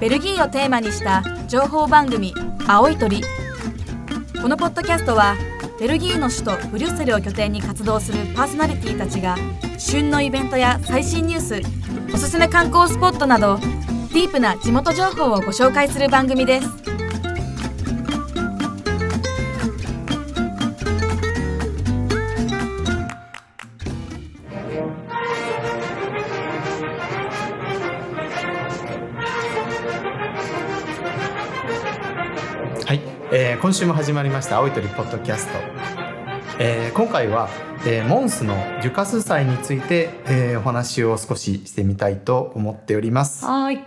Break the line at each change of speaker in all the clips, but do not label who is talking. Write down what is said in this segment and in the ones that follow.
ベルギーをテーマにした情報番組「青い鳥」このポッドキャストはベルギーの首都ブリュッセルを拠点に活動するパーソナリティたちが旬のイベントや最新ニュースおすすめ観光スポットなどディープな地元情報をご紹介する番組です。
はい、えー今週も始まりました青い鳥ポッドキャスト、えー今回は、えーモンスのデュカス祭について、えーお話を少ししてみたいと思っております
はい。よ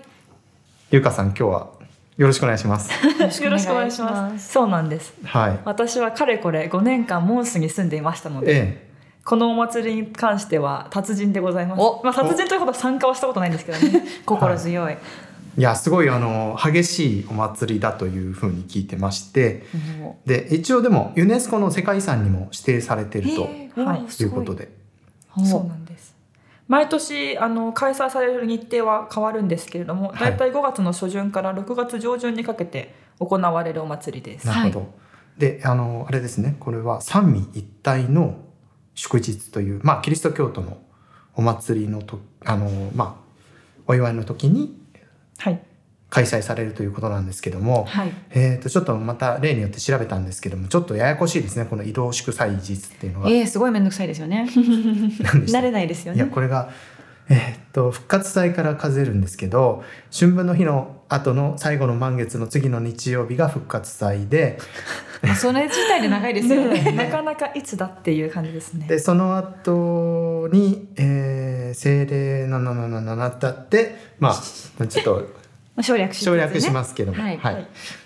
ゆうかさん今日はよろしくお願いし ます
ろしくお願いします。そうなんです。
はい
私はかれこれ5年間モンスに住んでいましたので、
え
このお祭りに関しては達人でございます。まあ達人というほど参加はしたことないんですけどね。心強い。
えいやすごいあの激しいお祭りだというふうに聞いてましてで一応でもユネスコの世界遺産にも指定されていると
はい
いうことで、
そうなんです。毎年あの開催される日程は変わるんですけれども、
はい
だいたい5月の初旬から6月上旬にかけて行われるお祭りです。
なるほど、であのあれですねこれは三位一体の祝日というまあキリスト教徒のお祭りのとあのまあお祝いの時に
はい。
開催されるということなんですけども、
はい。
えー、とちょっとまた例によって調べたんですけどもちょっとややこしいですねこの移動祝祭日っていうのは。
ええすごい面倒くさいですよね。
何でした
慣れないですよ
いや
ね。
これが、えーっと復活祭から数えるんですけど春分の日の後の最後の満月の次の日曜日が復活祭で
まあそれ自体で長いですよね。
ね なかなかいつだっていう感じですね。
でその後に、えー、精霊777だってまあちょっと
まあ省略し
省略しますけども、
はい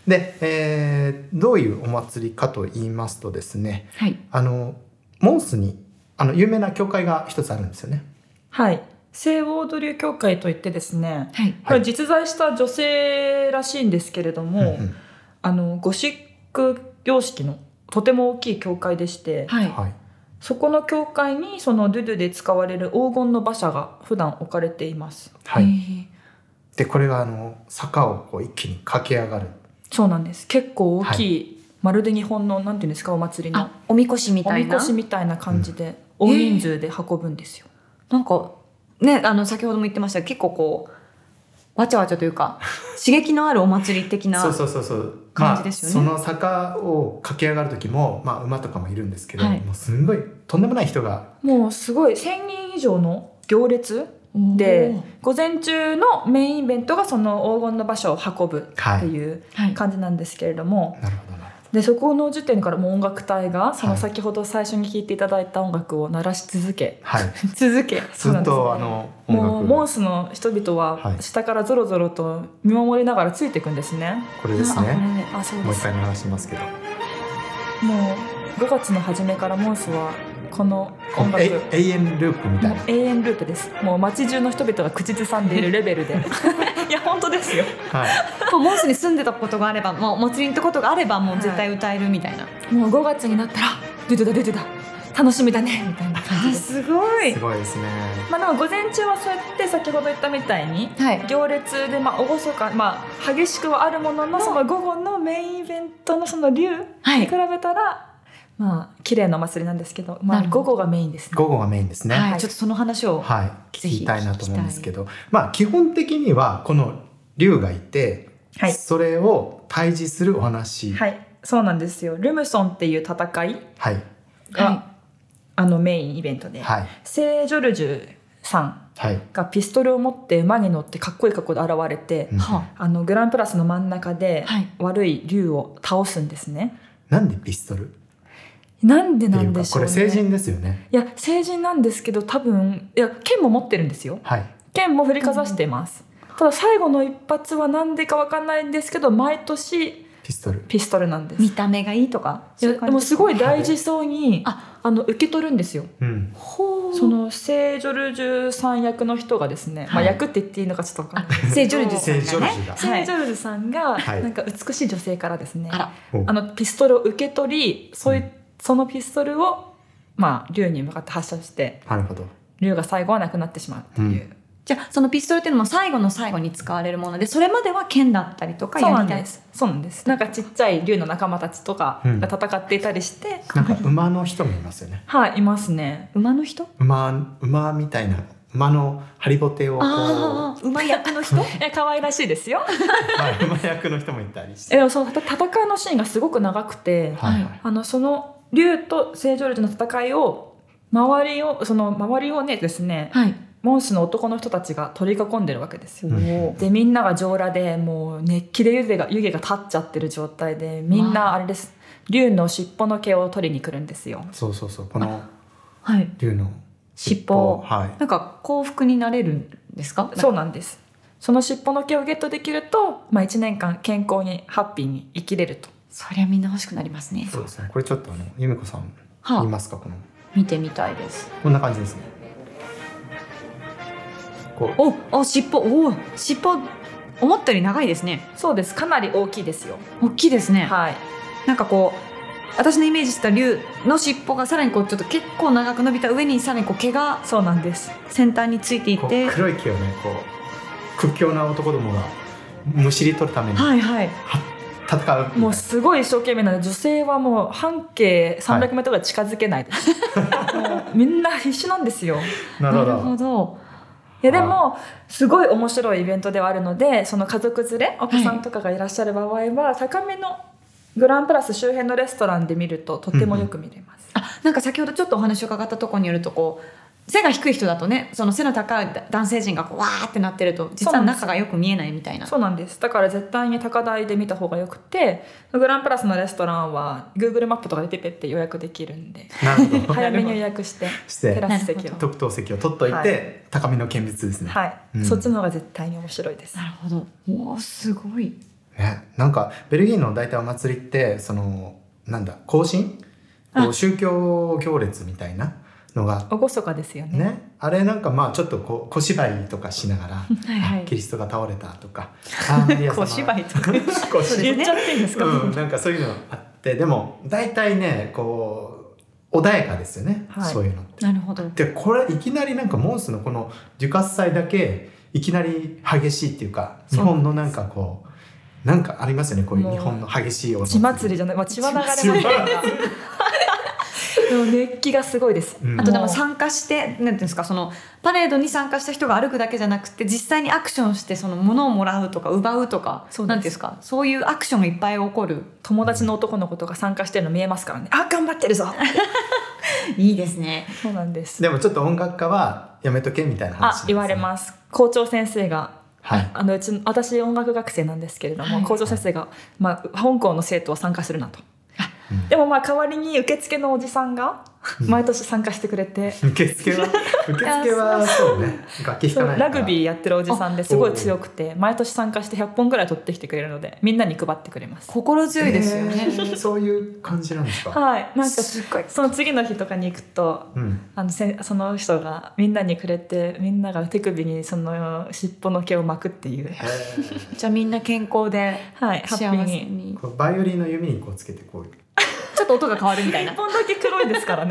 で、えーどういうお祭りかと言いますとですね
す。はい。
あのモンスにあの有名な教会が一つあるんですよね。
はい。聖オードリュー教会といってですね、
はい。
これ実在した女性らしいんですけれども、
うんうん
あのゴシック様式のとても大きい教会でして、
はい。
はい
そこの教会にそのドゥドゥで使われる黄金の馬車が普段置かれています。
は
え
い、
ー
でこれがあの坂をこう一気に駆け上がる
そうなんです。結構大きい、まるで日本のなんていうんですかお祭りの
あ、おみこしみ
お
たい
み
な
こ。しみたいな感じで、
うん
大人数で運ぶんですよ。
なんか、ね、あの、先ほども言ってましたけど結構こう、わちゃわちゃというか、刺激のあるお祭り的な。
そうそうそうそう
感じですよね
まあ、その坂を駆け上がる時も、まあ、馬とかもいるんですけど、
はい
もうすんごいとんでもない人が
もうすごい1000人以上の行列
おー
で、午前中のメインイベントがその黄金の馬車を運ぶっていう
はい。
感じなんですけれども、
なるほどなる
でそこの時点からもう音楽隊がそ
は
の
い
先ほど最初に聴いていただいた音楽を鳴らし続け、
ほどはい
続け
ず
そうな
っ
んです
とあの音楽
もうモンスの人々
は
はい下からぞろぞろと見守りながらついていくんですね、
これです
あ、これ
ね
ね。あ、そう
も
で
う一
す。
回話しますけど
もう5月の初めからモンスはこの音楽
え永遠ループみたい
も
な
う永遠ループですもう街中の人々が口ずさんでいるレベ ルでいや本当ですよ
はい
もうモンスに住んでたことがあれば、もうお祭りに行ったことがあれば、もう絶対歌えるみたいな。
もう5月になったら出てた出てた楽しみだねみたいな感じです
すごい
す。ごいですね
まあでも午前中はそうやって先ほど言ったみたいに
はい。
行列でまあ厳かまあ激しくはあるもののその午後のメインイベントのその竜に
は
比
い
べたらまあ綺麗なお祭りなんですけどま
な
あ
るほ
午
ど
後がメインですね
午後がメインですね
は。
はい
ちょっとその話を。
い、
ぜ
聞
ひ
きたいなと思うんですけどまあ基本的にはこの竜がいて、
はい
それを対峙するお話、
はいいそうなんですよルムソンっていう戦い
はい
があのメインイベントで
はい
聖ジョルジュさん
はい
がピストルを持って馬に乗ってかっこいい格好で現れて
うん
は
あのグランプラスの真ん中で
はい
悪い竜を倒すんですね。
なんでピストルっ
なんで
て
ないん
う
で
か
し
こ
ょう
れ
ね。
成人ですよね
いや成人なんですけど多分いや剣も持ってるんですよ
はい
剣も振りかざしてます、ただ最後の一発は何でかわかんないんですけど毎年
ピストル
ピストルなんで
見
す
た目がいいとか。
いやでもすご
い。
い大事そうに
あ
あの受け取るんですよ
うん
ほう。
その聖ジョルジュさん役の人がですね、
はい
まあ役って言っていいのかちょっとわかんない
聖ジョルジュさん
聖
がね。
ジョルジュが
聖ジョルジュさんが
はい
なんか美しい女性からですね、
あら。
お
あのピストルを受け取りそういううそのピストルをまあ竜に向かって発射して
なるほど
竜が最後はなくなってしまうっていう
じゃあそのピストルっていうのも最後の最後に使われるものでそれまでは剣だったりとか
そうな
や
ん
りたい
ですそうなんですなんかちっちゃい竜の仲間たちとか
うん
が戦っていたりして、
なんか馬の人もいますよね
はいいますね
馬の人
馬馬みたいな馬のハリボテをこう、
ああ馬役 の人
え可愛らしいですよ
はい、馬役の人もいたりし
え
て
でもその戦いのシーンがすごく長くて
はいはい
あのその竜と聖女竜の戦いを周りをその周りをねですね
はい
モンスの男の人たちが取り囲んでるわけですよ、
うん
でみんなが上裸でもう熱気で湯気が湯気が立っちゃってる状態でみん
わ
なあれです竜の尻尾の毛を取りに来るんですよ
そうそうそうこの
はい
竜の
尻尾
はい
なんか幸福になれるんですか
そう
う
なんですその尻尾の毛をゲットできると、まあ、1年間健康にハッピーに生きれると
そりゃみんな欲しくなりますね
そうですねこれちょっとあの由美子さん
はあ
いますかこの
見てみたいです
こんな感じですねこう
おお尻尾おお尻尾思ったより長いですね
そうですかなり大きいですよ
大きいですね
はい
なんかこう私のイメージした竜の尻尾がさらにこうちょっと結構長く伸びた上にさらにこう毛が
そうなんです
先端についてい
こう
て
黒い毛をねこう屈強な男どもがむしり取るために
はいはい
戦う
もうすごい一生懸命なので女性はもう半径3 0 0ルぐらい近づけない です、もうみんな必死なんですよ
なるほど
ど
いやでもすごい面白いイベントではあるのでその家族連れお子さんとかがいらっしゃる場合は、高めのグランプラス周辺のレストランで見るととてもよく見れます、
あなんか先ほどちょっとお話を伺ったところによるとこう背が低い人だとねその背の高い男性陣がこうわーってなってると実は中がよく見えないみたいな
そうなんですだから絶対に高台で見た方がよくてグランプラスのレストランは Google マップとかでペペって予約できるんで
なるほど
早めに予約して
して
テラス席
なる
を
ほ
特等席を取っといて、
は
高めの見物ですね,、
はい、
うん
そっちの方が絶対に面白いです
なるほどおーすごい
ねなんかベルギーの大体お祭りってそのなんだ行進
あ
こう宗教行列みたいなのがあって
厳かですよね
ねあれなんかまあちょっとこう小芝居とかしながら
はいは
あ
い
キリストが倒れたと かあーマリア様
小芝居とか
小芝居
言っちゃっていいんですか、
うん、なんかそういうのあってでも大体ねこう穏やかですよね、
はい
そういうのって
なるほど
でこれいきなりなんかモンスのこの受喝祭だけいきなり激しいっていうか日
そう
本のなんかこうなんかありますよねこういう
もう
日本の激しいお
血祭りじゃない、まあ、血は流れます
血は流
でも熱気がすごいです、
うん
あとでも
さ
参加してなんていうんですかそのパレードに参加した人が歩くだけじゃなくて実際にアクションしてその物をもらうとか奪うとか
そうです
なんていうんですかそういうアクションがいっぱい起こる
友達の男の子とか参加してるの見えますからねあ頑張ってるぞ
いいですね
そうなんです
でもちょっと音楽家はやめとけみたいな話
あ言われ
す
ます校長先生が
はい
あのうちの私音楽学生なんですけれども、
はい
校長先生が、まあ、香港の生徒は参加するなと
うん
でもまあ代わりに受付のおじさんが毎年参加してくれて、
受付 は受付はそうね楽器
そ
弾
う
かない
ラグビー
ー
やってるおじさんですごい強くて毎年参加して100本ぐらい取ってきてくれるのでみんなに配ってくれます
心強いですよね、
そういう感じなんですか、
はいなんか
すっごい
その次の日とかに行くと
うん、
あのせんその人がみんなにくれてみんなが手首にその尻尾の毛を巻くっていう、
へー
じゃあみんな健康で
はい、ハッピ
幸せ
ーに
に
こうバイオリンの弓にこうつけて こう、うん、
ちょっと音が変わるみたいな
1本だけ黒いですからね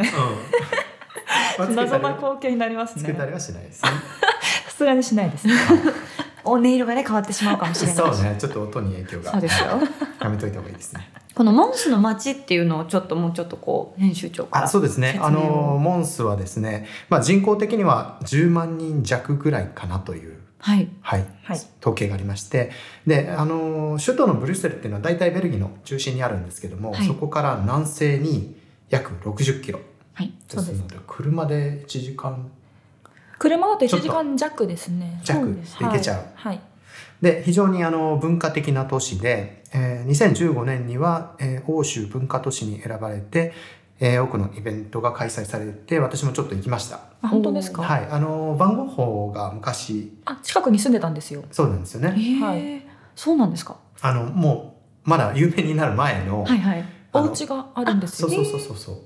謎な光景になります
つけ
ね
たりはしないですね
さすがにしないですね
お音色がね変わってしまうかもしれない
そうねちょっと音に影響
そう
が
ですよ
やめといた方がいいですね
このモンスの街っていうのをちょっともうちょっとこう編集長か ら
あそうですね
説明を
あのモンスはですね、まあ、人口的には10万人弱ぐらいかなという、
はい
はい
はい
統計がありましてであの首都のブリュッセルっていうのは大体ベルギーの中心にあるんですけども、
はい
そこから南西に約60キロ
はい
ですので車で1時間
車だと
ちょ
1
っと
時間弱ですね
弱
そうです
で行けちゃう
はい、はい
で非常にあの文化的な都市で、えー2015年には、えー欧州文化都市に選ばれて、えー多くのイベントが開催されて私もちょっと行きました。
あ本当ですか、
はい、あの番号法が昔
あ近くに住んでたんですよ
そうなんですよね。
えー
はい
そうなんですか
あのもうまだ有名になる前の、
はいはい
あの
お家があるんです
そ
よ
うそうそうそうそう。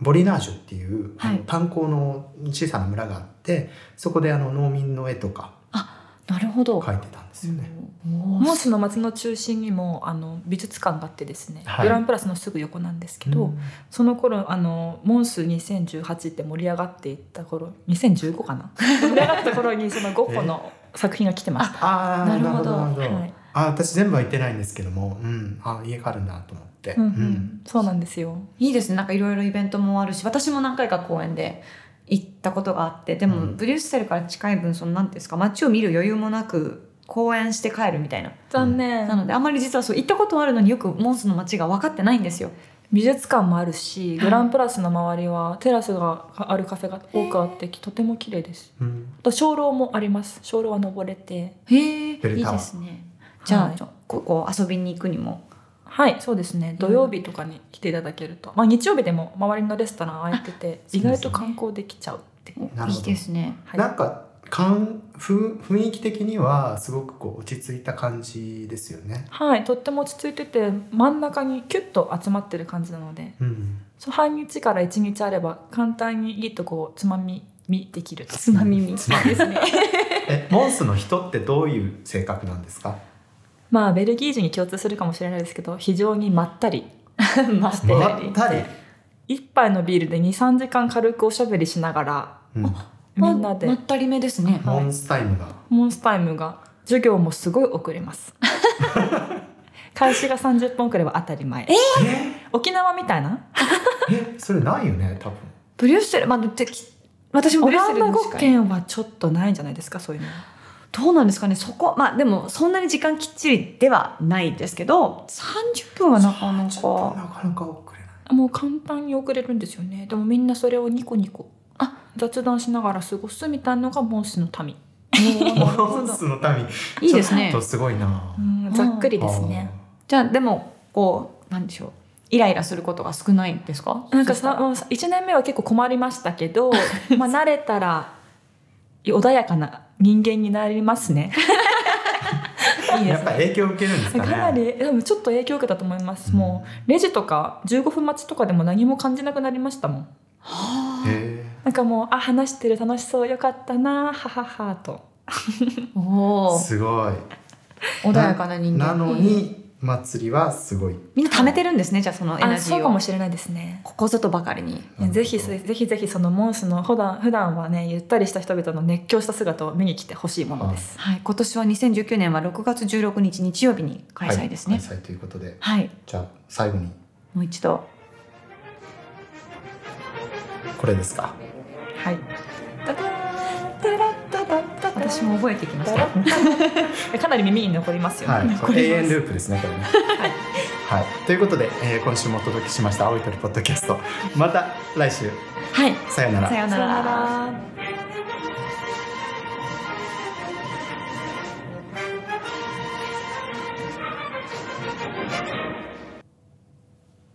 ボリナージュっていう、あの
はい
炭鉱の小さな村があってそこであの農民の絵とか
なるほど
描いてたんですよね。
う
モンスの街の中心にもあの美術館があってですね、
はい
グランプラスのすぐ横なんですけど、
うん
その頃あのモンス2018って盛り上がっていった頃2015かな 盛り上がった頃にその5個の作品が来てました。
あーな
な
る
る
ほ
ほ
ど
ど
なるほど、
はい
あ私全部は行ってないんですけども、うん、あ家があるんだと思って、
うんうん、そうなんですよ。
いいですねなんかいろいろイベントもあるし私も何回か公演で行ったことがあってでも、
うん
ブリュッセルから近い分その何ていうんですか街を見る余裕もなく公演して帰るみたいな
残念。
なのであんまり実はそう行ったことはあるのによくモンスの街が分かってないんですよ
美術館もあるし、
い
グランプラスの周りはテラスがあるカフェが多くあって、とても綺麗です。
うん
あと鐘楼もあります。鐘楼は登れて、
へえいい
ベルタワー
ですねじゃあ、
はい
ちょここ遊びに行くにも
はい、そうですね。土曜日とかに来ていただけると、まあ日曜日でも周りのレストラン空いてて、
そうですね
意外と観光できちゃうって。
なるほど
いいですね
はい
なんかかん雰雰囲気的にはすごくこう落ち着いた感じですよね。
はい、とっても落ち着いてて、真ん中にキュッと集まってる感じなので、
うん、
そう半日から一日あれば簡単にギッとこうつまみ見できると。
つまみみ
つまみ
ですね
えモンスの人ってどういう性格なんですか？
まあベルギー人に共通するかもしれないですけど、非常にまった り。
まして
まったり、
一杯のビールで23時間軽くおしゃべりしながら
うん、
みんなで
まったりめですね
モンスタイムが、
モンスタイムが授業もすごい遅れます 開始が30分遅れは当たり前
え
沖縄みたいな
えそれないよね多分。
ブリュッセルまあでき私も
オ
ブリュッ
ラ
セ
ン
ル
ダ
に
語
近い
圏はちょっとないんじゃないですかそういうの
どうなんですかねそこまあでもそんなに時間きっちりではないですけど30分はなかな
ちょっと
か
なかなか遅れない。
もう簡単に遅れるんですよねでもみんなそれをニコニコあ雑談しながら過ごすみたいのがモンスの民、
モンスの民
いいですね
ちょっとすごいな。
うんざっくりですね
じゃあでもこうなんでしょうイライラすることが少ないんですか
なんか
そした
さ
ら
もう1年目は結構困りましたけ どまあ慣れたら穏やかな人間になりますね いいで
や
す
っ
ね
ぱ影響受けるんです
か
かね。
なりでもちょっと影響を受けたと思います、も
う
うレジとか15分待ちとかでも何も感じなくなりましたもん
はあ
へ
なんかもうあ話してる楽しそうよかったなはははと
ー
おお
すごい。
穏やかな人間
なのに祭りはすごい。
みんな溜めてるんですねじゃあそのエナ
あ
ジ
そう
ー
か
を
もしれないですね
ここぞとばかりに
うん
ぜひぜひぜひそのモンスの普段普段はねゆったりした人々の熱狂した姿を見に来てほしいものです
はい今年は2019年は6月16日日曜日に開催ですね
はい、開催ということで、
はい、
じゃあ最後に
もう一度
これですか。
はい
私も覚えてきました
かなり耳に残りますよね、
はい、こ
残
れ永
ります
遠ループですねこれね。はい、ということで、えー今週もお届けしました青い鳥ポッドキャスト。また来週
はい
さようなら
さ。よう
さ
な
よな
ら
ら